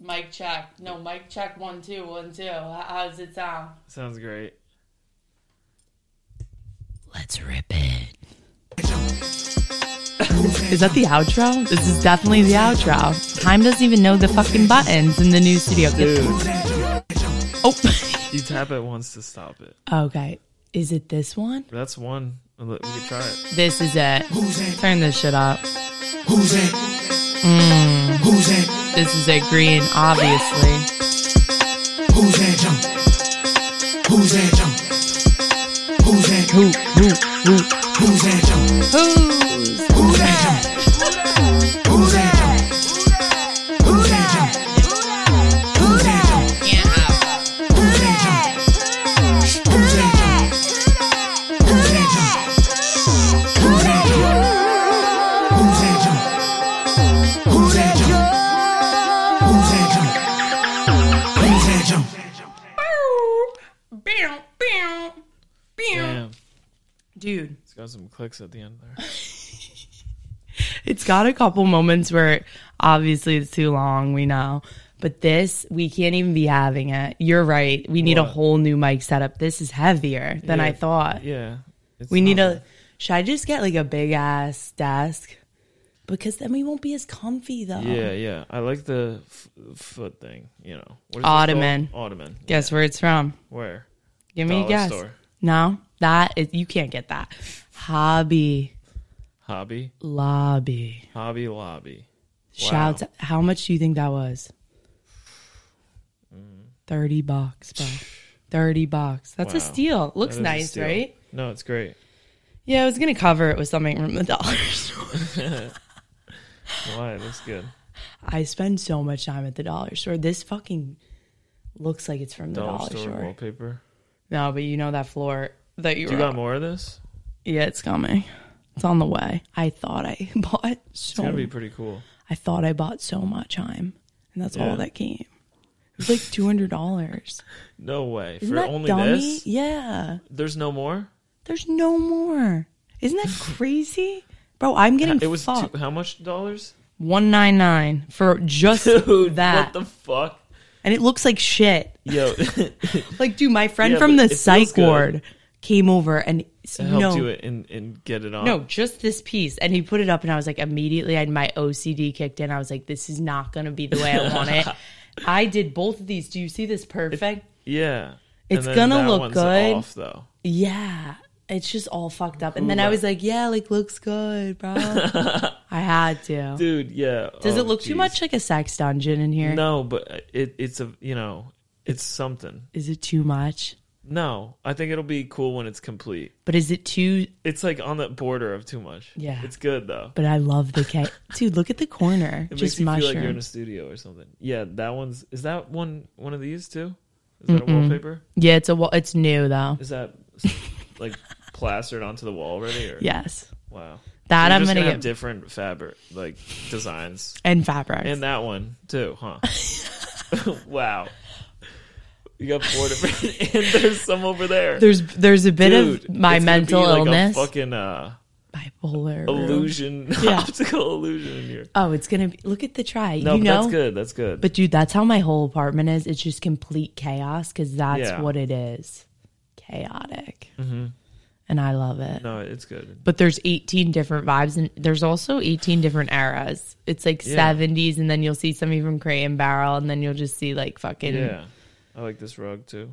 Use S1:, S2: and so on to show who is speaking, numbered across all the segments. S1: Mike check. No, Mike check one, two, one, two. How, how does it sound?
S2: Sounds great.
S1: Let's rip it. is that the outro? This is definitely the outro. Time doesn't even know the fucking buttons in the new studio.
S2: Dude,
S1: Oh,
S2: you tap it once to stop it.
S1: okay. Is it this one?
S2: That's one. We could try it.
S1: This is it. Turn this shit up.
S3: Who's it? Who's it?
S1: This is it green, obviously.
S3: Who's that jump? Who's that jump? Who's that jump?
S1: Who, who, who,
S3: Who's that jump?
S1: who's
S3: Who's that jump? Who's that jump? Who's that jump? Who's that jump? Who's that jump? Who's that jump? Who's that jump? Who's that jump? Who's that jump? Who's that jump? Who's that jump? Who's that jump?
S1: Bow, bow, bow.
S2: Damn.
S1: Dude,
S2: It's got some clicks at the end there.
S1: it's got a couple moments where obviously it's too long, we know. But this, we can't even be having it. You're right. We need a
S2: What?
S1: whole new mic setup. This is heavier than I
S2: Yeah.
S1: thought.
S2: Yeah. It's
S1: We need
S2: not
S1: a. Should I just get like a big ass desk? Because then we won't be as comfy though.
S2: bad. Yeah, yeah. I like the f- foot thing, you know. What is it called?
S1: Ottoman.
S2: Ottoman.
S1: Guess where it's from?
S2: Where?
S1: Give me
S2: Dollar
S1: a guess.
S2: store.
S1: No, that is, you can't get that. Hobby
S2: Hobby?
S1: lobby.
S2: Hobby Lobby.
S1: Shouts. How much do you think that was? Thirty bucks, bro. Thirty bucks. That's a
S2: Wow.
S1: steal. Looks
S2: That is a
S1: nice,
S2: steal.
S1: right?
S2: No, it's great.
S1: Yeah, I was gonna cover it with something from the dollar store.
S2: Why? It looks good.
S1: I spend so much time at the dollar store. This fucking looks like it's from the
S2: Dollar,
S1: dollar,
S2: store,
S1: store.
S2: wallpaper.
S1: No, but you know that floor that you
S2: Do you
S1: were
S2: got
S1: on.
S2: more of this?
S1: Yeah, it's coming. It's on the way. I thought I bought
S2: It's
S1: so.
S2: gonna be pretty cool.
S1: I thought I bought so much time, and that's
S2: Yeah.
S1: all that came. It was like two hundred dollars.
S2: No way.
S1: Isn't
S2: For
S1: that
S2: only
S1: dummy?
S2: this?
S1: Yeah.
S2: There's no more?
S1: There's no more. Isn't that crazy, bro? I'm getting
S2: It was
S1: fucked.
S2: two, how much dollars?
S1: one nine nine for just that,
S2: What the fuck?
S1: and it looks like shit.
S2: Yo, it
S1: Like, dude, my friend
S2: Yeah,
S1: from
S2: but
S1: the
S2: it feels
S1: psych
S2: good.
S1: ward came over and s-
S2: helped
S1: no,
S2: you and, and get it on.
S1: no, just this piece, and he put it up, and I was like, immediately, I had my OCD kicked in. I was like, this is not going to be the way I want it. I did both of these. Do you see this perfect?
S2: Yeah.
S1: It's
S2: And then
S1: gonna
S2: that
S1: look
S2: one's
S1: good.
S2: Off though.
S1: yeah, it's just all fucked up. And then I
S2: Hula.
S1: was like, yeah, like looks good, bro. I had to.
S2: Dude, yeah.
S1: Does
S2: Oh,
S1: it look too
S2: jeez.
S1: much like a sex dungeon in here? Is
S2: No, but it, it's a you know, it's something.
S1: it too much?
S2: No, I think it'll be cool when it's complete.
S1: But is it too?
S2: It's like on that border of too much.
S1: Yeah.
S2: It's good though.
S1: But I love the cake, dude. Look at the corner,
S2: It
S1: just
S2: makes you
S1: mushrooms.
S2: feel like you're in a studio or something. Yeah, that one's is that one one of these too? Is that a wallpaper?
S1: Yeah, it's a wall. It's new though.
S2: Is that like plastered onto the wall already? Or?
S1: Yes,
S2: Wow.
S1: that
S2: You're
S1: I'm
S2: just
S1: gonna,
S2: gonna
S1: get
S2: have different fabric like designs.
S1: and fabrics.
S2: And that one too, huh? wow. You got four different and there's some over there.
S1: there's there's a bit
S2: Dude,
S1: of my
S2: it's gonna be
S1: mental
S2: like
S1: illness,
S2: A fucking uh,
S1: bipolar room.
S2: illusion,
S1: Yeah.
S2: optical illusion in here.
S1: Oh, it's gonna be. Look at the try.
S2: No,
S1: you
S2: but
S1: know,
S2: that's good. That's good.
S1: but dude, that's how my whole apartment is. It's just complete chaos because that's
S2: Yeah. Mm-hmm.
S1: what it is, chaotic. And I love it.
S2: no, it's good.
S1: But there's 18 different vibes, and there's also 18 different eras. It's like
S2: Yeah.
S1: 70s, and then you'll see something from Crate and Barrel, and then you'll just see like fucking.
S2: Yeah, I like this rug too.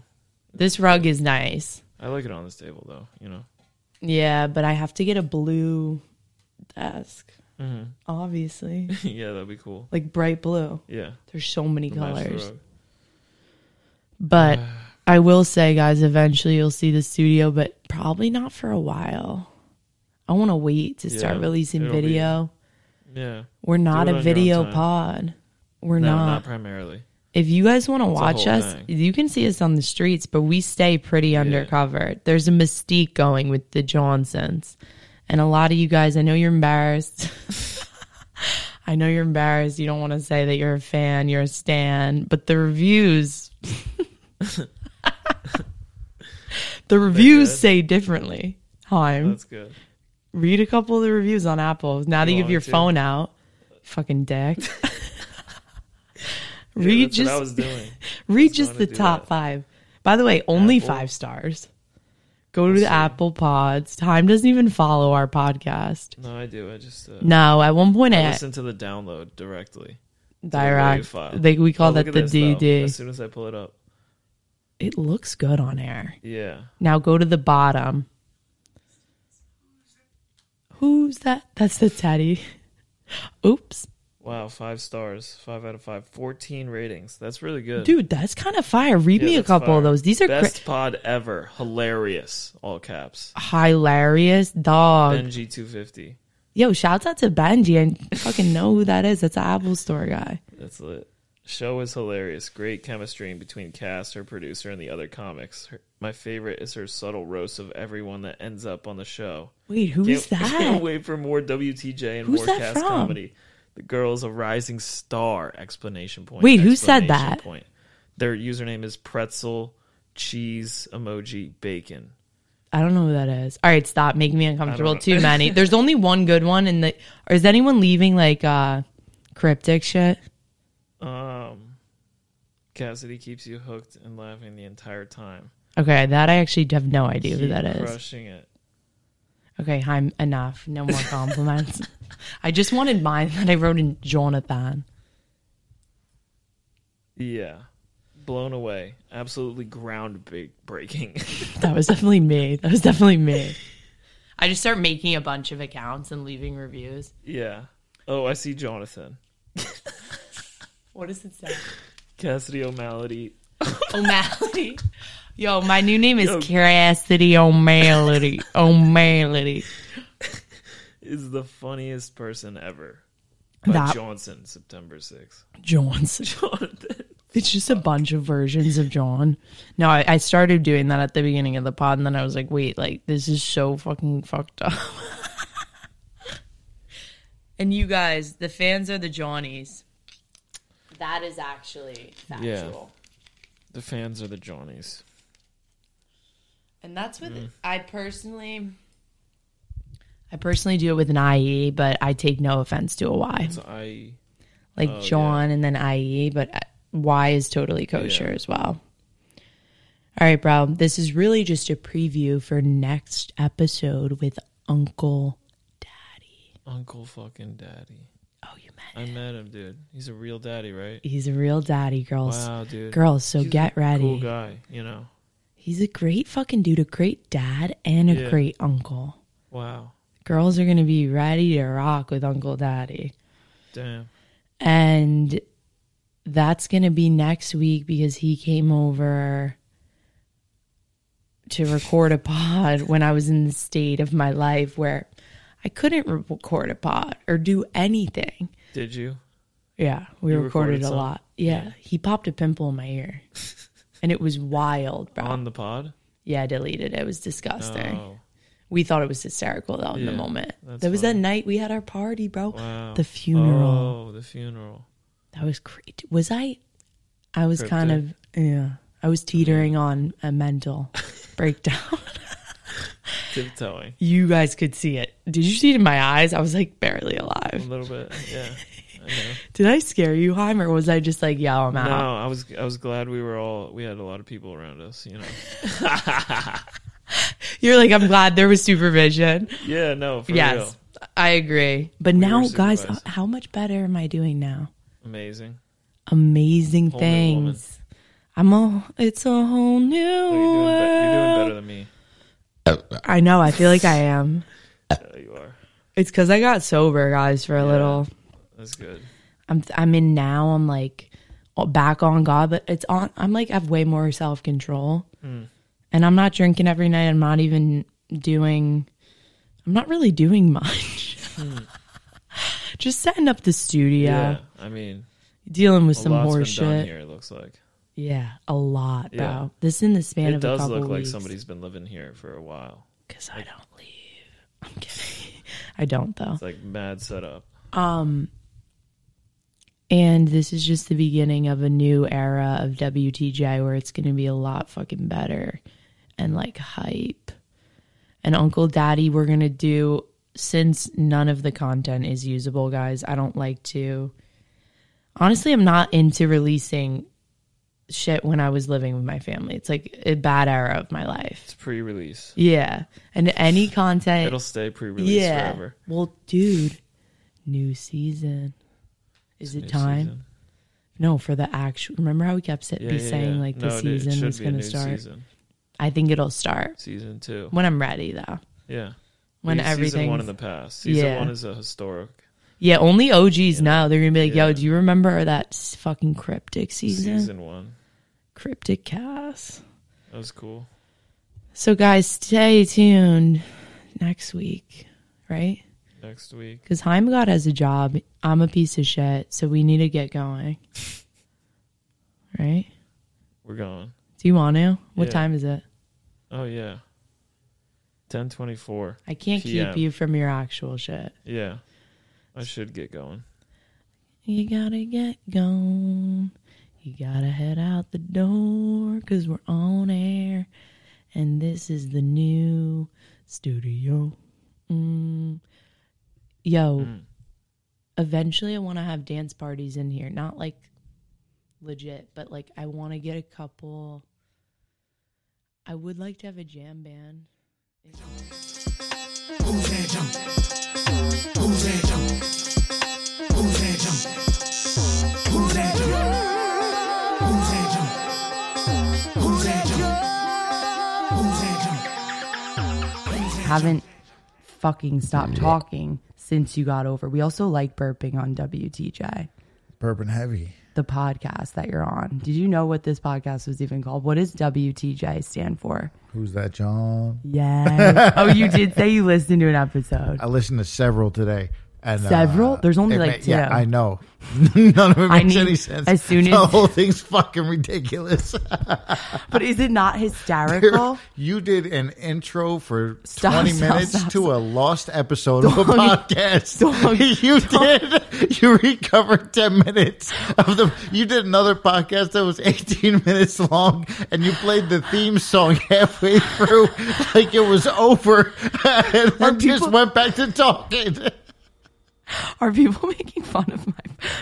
S1: This rug is nice.
S2: I like it on this table though. You know,
S1: Yeah, but I have to get a blue desk.
S2: Mm-hmm.
S1: Obviously,
S2: yeah, that'd be cool.
S1: like bright blue.
S2: Yeah,
S1: There's so many
S2: Match the
S1: colors.
S2: rug.
S1: But I will say, guys, eventually you'll see the studio, but probably not for a while. I want to wait to start
S2: Yeah,
S1: releasing
S2: it'll be-
S1: video.
S2: Yeah,
S1: We're not
S2: it on your
S1: a
S2: own
S1: video
S2: time.
S1: pod. We're
S2: no,
S1: not.
S2: not primarily.
S1: If you guys want to watch
S2: whole
S1: us,
S2: thing.
S1: you can see us on the streets, but we stay pretty undercover. There's a mystique going with the Johnsons. And a lot of you guys, I know you're embarrassed. I know you're embarrassed. You don't want to say that you're a fan, you're a stan, but the reviews The reviews
S2: good.
S1: say differently. Hi.
S2: That's good.
S1: Read a couple of the reviews on Apple. Now that you
S2: You
S1: have
S2: want
S1: your
S2: me to?
S1: phone out, fucking dick. read
S2: that's what I
S1: just
S2: was doing.
S1: read
S2: wanna
S1: just the
S2: do
S1: top
S2: that.
S1: five. By the way, only
S2: Apple.
S1: five stars. Go to the Apple Pods. Time doesn't even follow our podcast.
S2: No, I do. I just uh,
S1: No, at one point I,
S2: listen to the download directly. Wave
S1: direct.
S2: file.
S1: They, we call
S2: Oh, look
S1: that
S2: at
S1: the
S2: this, though.
S1: DD.
S2: As soon as I pull it up,
S1: It looks good on air.
S2: yeah,
S1: Now go to the bottom. Who's that? That's the teddy. Oops.
S2: wow, five stars, five out of five, 14 ratings. That's really good.
S1: Dude, that's kind of fire. Read
S2: Yeah,
S1: me a
S2: that's
S1: couple
S2: fire.
S1: of those. These are
S2: best pod ever. Hilarious, all caps.
S1: cra- hilarious. Dog.
S2: NG 250.
S1: Yo, shouts out to Benji. I fucking know who that is. That's an Apple Store guy.
S2: That's lit. Show is hilarious. Great chemistry in between Cass, her producer, and the other comics. Her, my favorite is her subtle roast of everyone that ends up on the show.
S1: Wait, who
S2: Can't,
S1: is that?
S2: can't wait for more WTJ and
S1: Who's
S2: more
S1: that
S2: Cass
S1: from?
S2: comedy. The girl's a rising star! Explanation point.
S1: Wait, who said
S2: Explanation
S1: that?
S2: Point. Their username is pretzel cheese emoji bacon.
S1: I don't know who that is. All right, stop. Making me uncomfortable.
S2: know.
S1: Too many. There's only one good one, and the or is anyone leaving like uh cryptic shit?
S2: Um, Cassidy keeps you hooked and laughing the entire time.
S1: Okay, that I actually have no idea who
S2: Keep
S1: that is.
S2: Crushing it.
S1: Okay, I'm enough. No more compliments. I just wanted mine that I wrote in Jonathan.
S2: Yeah. Blown away. Absolutely ground ba- breaking.
S1: That was definitely me. That was definitely me. I just start making a bunch of accounts and leaving reviews.
S2: yeah. Oh, I see Jonathan.
S1: What does it say?
S2: Cassidy O'Malley.
S1: O'Malley. Yo, my new name is
S2: Yo.
S1: Curiosity O'Malley. O'Malley.
S2: is the funniest person ever. By
S1: That
S2: Johnson, September 6th.
S1: Johnson.
S2: Jonathan.
S1: It's just a bunch of versions of John. No, I, I started doing that at the beginning of the pod, and then I was like, wait, like, this is so fucking fucked up. and you guys, the fans are the Johnnies. That is actually factual.
S2: The fans are the Johnnies.
S1: And that's what
S2: Mm.
S1: I personally. I personally do it with an IE, but I take no offense to a Y.
S2: So I.
S1: Like
S2: oh, yeah.
S1: John and then IE, but uh, Y is totally kosher
S2: Yeah.
S1: as well. All right, bro. This is really just a preview for next episode with Uncle.
S2: Uncle fucking daddy.
S1: Oh, you met.
S2: I met him, dude. He's a real daddy, right?
S1: He's a real daddy, girls.
S2: Wow, dude.
S1: Girls, so
S2: He's a
S1: get ready.
S2: Cool guy, you know.
S1: He's a great fucking dude, a great dad, and a
S2: Yeah.
S1: great uncle.
S2: Wow.
S1: Girls are gonna be ready to rock with Uncle Daddy.
S2: Damn.
S1: and that's going to be next week because he came over to record a pod when I was in the state of my life where I couldn't re- record a pod or do anything.
S2: Did you?
S1: Yeah, we recorded,
S2: recorded
S1: a
S2: some?
S1: lot. Yeah, he popped a pimple in my ear. and it was wild, bro.
S2: On the pod?
S1: yeah, I deleted it. It was disgusting.
S2: Oh.
S1: We thought it was hysterical though in the
S2: Yeah,
S1: moment.
S2: that's
S1: That was that
S2: funny.
S1: night we had our party, bro.
S2: Wow.
S1: The funeral.
S2: Oh, the funeral.
S1: That was great. Was I? I was kind of
S2: Cryptic.
S1: yeah. I was teetering on a mental breakdown.
S2: Tiptoeing.
S1: You guys could see it. Did you see it in my eyes? I was like barely
S2: A
S1: alive.
S2: little bit. Yeah. I know.
S1: Did I scare you, Heim, or was I just like, yeah, I'm
S2: No,
S1: out?
S2: I was I was glad we were all we had a lot of people around us, you know.
S1: You're like, I'm glad there was supervision.
S2: Yeah, no, for
S1: yes,
S2: real.
S1: I agree. But
S2: were
S1: now, guys,
S2: supervised.
S1: how much better am I doing now?
S2: Amazing.
S1: Amazing
S2: Whole new woman.
S1: things. I'm a. It's a whole new
S2: Oh, you're, doing be- you're doing
S1: world.
S2: better than me.
S1: I know. I feel like I am.
S2: Yeah, you are.
S1: It's because I got sober, guys, for a little.
S2: That's good.
S1: I'm I'm in now. I'm like oh, back on God, but it's on. I'm like I have way more self control,
S2: Hmm.
S1: and I'm not drinking every night. I'm not even doing. I'm not really doing much. Just setting up the studio,
S2: Hmm. Yeah. I mean,
S1: dealing with
S2: a
S1: some
S2: lot's been
S1: horse
S2: done
S1: shit.
S2: here. It looks like
S1: Yeah, a lot, bro.
S2: Yeah.
S1: This in the span
S2: it
S1: of a
S2: does
S1: couple
S2: look like
S1: weeks.
S2: somebody's been living here for a while.
S1: Because I don't leave. I'm kidding. I don't though.
S2: It's like mad setup.
S1: And this is just the beginning of a new era of WTJ where it's going to be a lot fucking better and like hype. And Uncle Daddy, we're going to do, since none of the content is usable, guys, I don't like to. honestly, I'm not into releasing shit when I was living with my family. It's like a bad era of my life.
S2: It's pre-release.
S1: Yeah. And any content.
S2: It'll stay pre-release
S1: yeah.
S2: forever.
S1: Well, dude, new season. Is it
S2: New
S1: time?
S2: season.
S1: No, for the actual. Remember how we kept sa-
S2: Yeah,
S1: be
S2: yeah,
S1: saying
S2: yeah.
S1: like the
S2: No, it- it
S1: season
S2: should
S1: was
S2: be a
S1: going to
S2: new
S1: start?
S2: Season,
S1: I think it'll start
S2: season two.
S1: when I'm ready, though.
S2: Yeah.
S1: When
S2: Leave season one
S1: everything's
S2: in the past. Season
S1: Yeah.
S2: one is a historic
S1: yeah, only OGs now. They're gonna be like, "Yo,
S2: Yeah.
S1: do you remember that s- fucking cryptic season?
S2: season, one.
S1: Cryptic cast."
S2: That was cool.
S1: So, guys, stay tuned next week, right?
S2: Next week.
S1: Because Heimgott has a job. I'm a piece of shit, so we need to get going, right?
S2: We're gone.
S1: Do you want to? What
S2: Yeah.
S1: time is it?
S2: Oh yeah. Ten twenty four.
S1: I can't
S2: PM.
S1: keep you from your actual shit.
S2: Yeah. I should get going.
S1: You gotta get gone. You gotta head out the door because we're on air. And this is the new studio. Mm. Yo, eventually I want to have dance parties in here. Not like legit, but like I want to get a couple. I would like to have a jam band.
S3: Who's that jump? Who's that jump? Who's that jump? Who's that jump? Who's that jump? Who's that jump? Who's that jump? Who's that jump?
S4: haven't fucking stopped talking since you got over. We also like burping on WTJ,
S5: Bourbon heavy.
S4: the podcast that you're on. Did you know what this podcast was even called? What does WTJ stand for?
S5: Who's that, John?
S4: Yeah. oh, you did say you listened to an episode.
S5: I listened to several today. And, uh,
S4: Several? There's only
S5: it
S4: like two.
S5: Yeah, I know. None of it
S4: I
S5: makes
S4: need-
S5: any sense.
S4: as soon
S5: the
S4: as-
S5: whole thing's fucking ridiculous.
S4: But is it not hysterical?
S5: you did an intro for
S4: Stop,
S5: 20
S4: stop,
S5: minutes
S4: stop,
S5: to a lost episode of a
S4: Don't-
S5: podcast.
S4: don't-
S5: you did. You recovered 10 minutes of the. You did another podcast that was 18 minutes long, and you played the theme song halfway through like it was over, and then
S4: people-
S5: just went back to talking.
S4: Are people making fun of my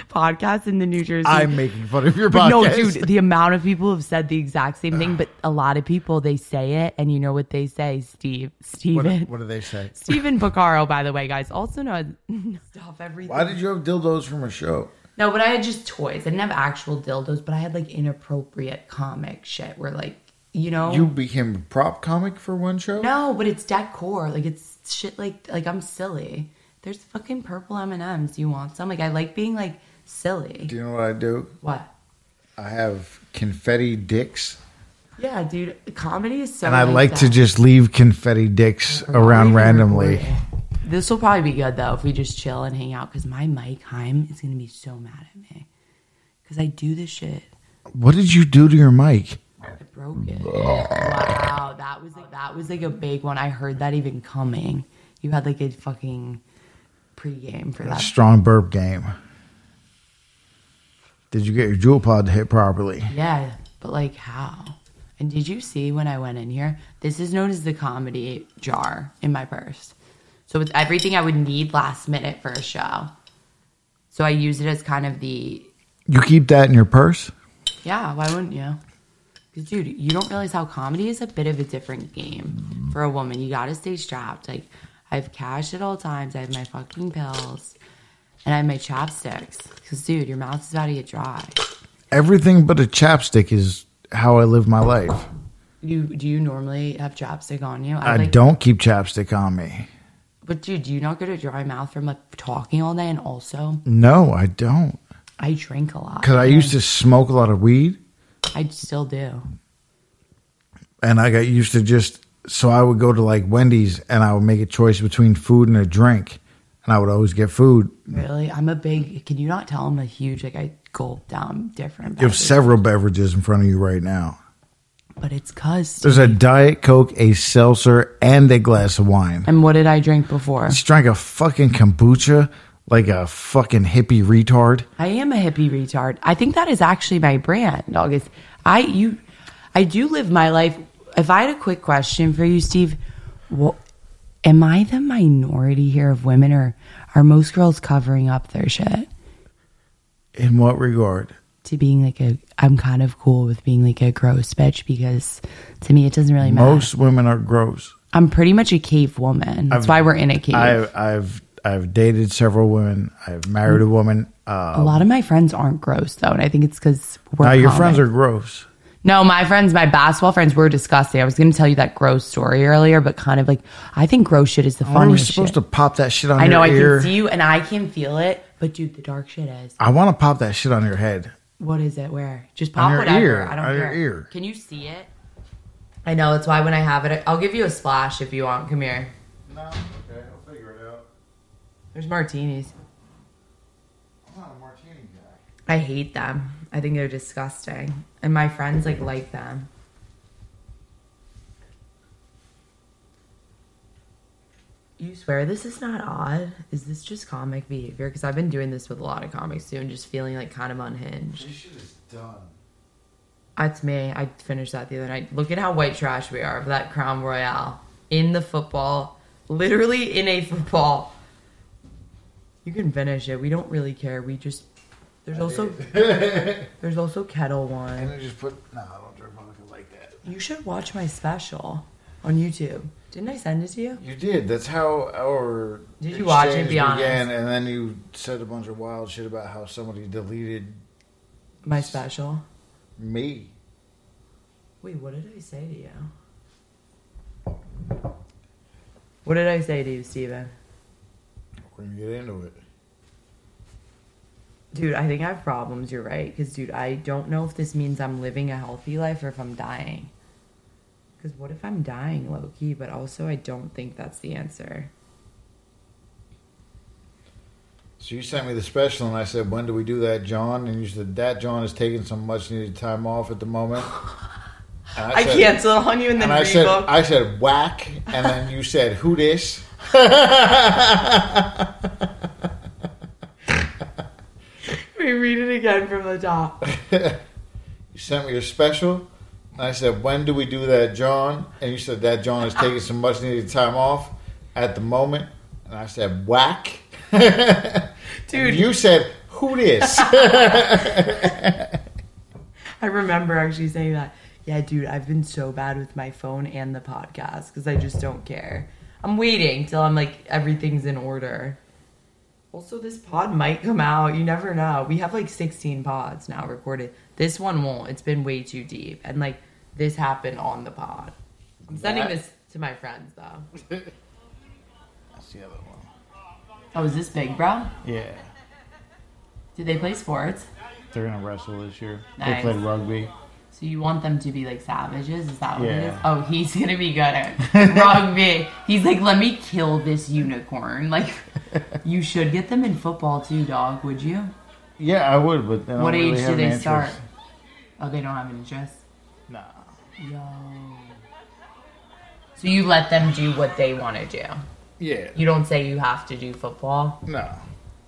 S4: podcast in the New Jersey?
S5: I'm making fun of your
S4: But
S5: podcast.
S4: no, dude, the amount of people have said the exact same thing, but a lot of people they say it, and you know what they say, Steve,
S5: What,
S4: Steven,
S5: what do they say?
S4: Steven Bacaro, by the way, guys, also known stop everything.
S5: did you have dildos from a show?
S4: No, but I had just toys. I didn't have actual dildos, but I had like inappropriate comic shit where like you know
S5: became a prop comic for one show?
S4: Oh. No, but it's decor. Like it's shit like like I'm silly. There's fucking purple M and M's. You want some? Like I like being like silly.
S5: Do you know what I do?
S4: What?
S5: I have confetti dicks.
S4: Yeah, dude. Comedy is so.
S5: And I like to
S4: that.
S5: just leave confetti dicks around randomly.
S4: This will probably be good though if we just chill and hang out because my Mike Heim is gonna be so mad at me because I do this shit.
S5: What did you do to your mic?
S4: I broke it. wow, that was like that was like a big one. I heard that even coming. You had like a fucking pregame for that.
S5: Strong burp game. Did you get your jewel pod to hit properly?
S4: Yeah, but like how? And did you see when I went in here? This is known as the comedy jar in my purse. So it's everything I would need last minute for a show. So I use it as kind of the
S5: You keep that in your purse?
S4: yeah. Why wouldn't you? 'Cause, dude, you don't realize how comedy is a bit of a different game for a woman. You gotta stay strapped. Like I have cash at all times. I have my fucking pills, and I have my chapsticks. Cause dude, your mouth is about to get dry.
S5: Everything but a chapstick is how I live my life.
S4: You do you normally have chapstick on you?
S5: I
S4: like-
S5: don't keep chapstick on me.
S4: But dude, do you not get a dry mouth from like talking all day? And also,
S5: No, I don't.
S4: I drink a lot.
S5: Because I used to smoke a lot of weed.
S4: I still do.
S5: and I got used to just so I would go to like Wendy's and I would make a choice between food and a drink, and I would always get food.
S4: Really, I'm a big. Can you not tell I'm a huge? Like I gulp down different.
S5: You have
S4: beverages.
S5: several beverages in front of you right now.
S4: but it's cuz.
S5: There's a diet coke, a seltzer, and a glass of wine.
S4: And what did I drink before?
S5: She drank a fucking kombucha like a fucking hippie retard.
S4: I am a hippie retard. I think that is actually my brand, August. I you, I do live my life. If I had a quick question for you, Steve, what, am I the minority here of women, or are most girls covering up their shit?
S5: In what regard?
S4: to being like a I'm kind of cool with being like a gross bitch because to me it doesn't really matter.
S5: Most women are gross.
S4: I'm pretty much a cave woman. That's why we're in a cave.
S5: I, I've I've dated several women. I've married a woman. Uh,
S4: a lot of my friends aren't gross though, and I think it's because we're.
S5: now your
S4: common.
S5: friends are gross.
S4: No, my friends, my basketball friends were disgusting. I was going to tell you that gross story earlier, but kind of like I think gross shit is the
S5: Why are we
S4: funniest
S5: supposed
S4: shit.
S5: to pop that shit on
S4: I know I
S5: your ear?
S4: can see you and I can feel it, but dude, the dark shit is
S5: I want to pop that shit on your head.
S4: what is it? Where just pop
S5: On your
S4: whatever.
S5: ear,
S4: I don't
S5: on your
S4: care.
S5: ear.
S4: Can you see it? I know that's why when I have it, I'll give you a splash if you want. Come here.
S5: No, okay, I'll figure it out.
S4: There's martinis.
S5: I'm not a martini guy.
S4: I hate them. I think they're disgusting. And my friends like like them. You swear this is not odd? Is this just comic behavior? Because I've been doing this with a lot of comics too and just feeling like kind of unhinged.
S5: This shit is done.
S4: That's me. I finished that the other night. Look at how white trash we are for that Crown Royale in the football, literally in a football. You can finish it. We don't really care. We just there's also there's also kettle
S5: And
S4: wine.
S5: I just put no, I don't drink vodka like that.
S4: You should watch my special on YouTube. Didn't I send it to you?
S5: You did. That's how our
S4: Did you watch it,
S5: exchange
S4: be honest?
S5: began, and then you said a bunch of wild shit about how somebody deleted
S4: My special.
S5: me.
S4: Wait, what did I say to you? What did I say to you, Steven?
S5: We're gonna get into it.
S4: Dude, I think I have problems. You're right. Because, dude, I don't know if this means I'm living a healthy life or if I'm dying. Because what if I'm dying low key? But also, I don't think that's the answer.
S5: So you sent me the special, and I said, "When do we do that, John?" And you said, "That John is taking some much-needed time off at the moment." And
S4: I,
S5: said-
S4: cancel on you and then
S5: And I said,
S4: rebook.
S5: "I said whack," and then you said, "Who this?"
S4: We read it again from the top.
S5: You sent me your special, and I said, "When do we do that, John?" And you said, "That John is taking some much-needed time off at the moment." And I said, "Whack."
S4: Dude.
S5: you said, "Who this?"
S4: I remember actually saying that. Yeah, dude, I've been so bad with my phone and the podcast because I just don't care. I'm waiting till I'm like everything's in order. Also, this pod might come out. You never know. We have like 16 pods now recorded. This one won't. It's been way too deep. And like this happened on the pod. I'm sending
S5: That-
S4: this to my friends though.
S5: That's the other one.
S4: Oh, is this big, bro?
S5: Yeah,
S4: Do they play sports?
S5: they're gonna wrestle this year.
S4: Nice. played
S5: rugby.
S4: So you want them to be like savages? Is that what it is?
S5: Yeah.
S4: Oh, he's gonna be good at rugby. He's like, let me kill this unicorn. Like, you should get them in football too, dog. Would you?
S5: Yeah, I would, but they don't
S4: what
S5: really
S4: age
S5: have
S4: do they
S5: answers.
S4: start? Oh, they don't have an interest.
S5: Nah.
S4: Yo. So you let them do what they want to do.
S5: Yeah.
S4: You don't say you have to do football.
S5: No.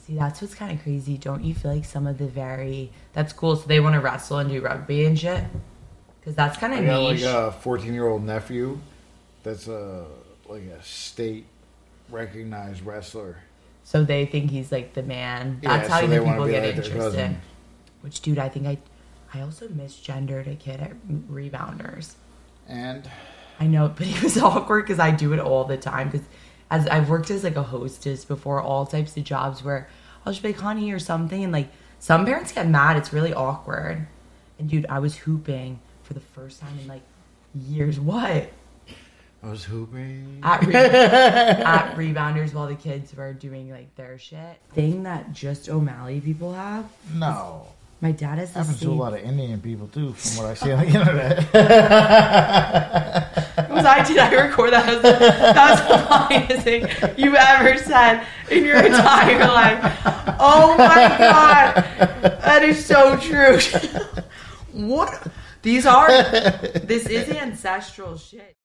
S4: See, that's what's kind of crazy. Don't you feel like some of the very that's cool. So they want to wrestle and do rugby and shit. Because that's kind of
S5: I got
S4: niche.
S5: Oh, like uh, a 14 year old nephew that's a like a state recognized wrestler.
S4: So they think he's like the man.
S5: Yeah,
S4: That's how
S5: so
S4: you
S5: they
S4: think
S5: wanna
S4: people
S5: be
S4: get
S5: like their
S4: interested.
S5: cousin.
S4: Which, dude, I think I, I also misgendered a kid at Rebounders.
S5: And
S4: I know, but it was awkward because I do it all the time. Because as I've worked as like a hostess before, all types of jobs where I'll just be like, honey, or something. And like some parents get mad. It's really awkward. And dude, I was hooping for the first time in like years. What?
S5: I was hooping.
S4: at, re- at rebounders while the kids were doing like their shit thing that just O'Malley people have.
S5: No.
S4: My dad has the
S5: Happens to a
S4: same.
S5: lot of Indian people too, from what I see on the internet.
S4: Was I did I record that? That was, that was the funniest thing you've ever said in your entire life. Oh my god, that is so true. what? These are. This is ancestral shit.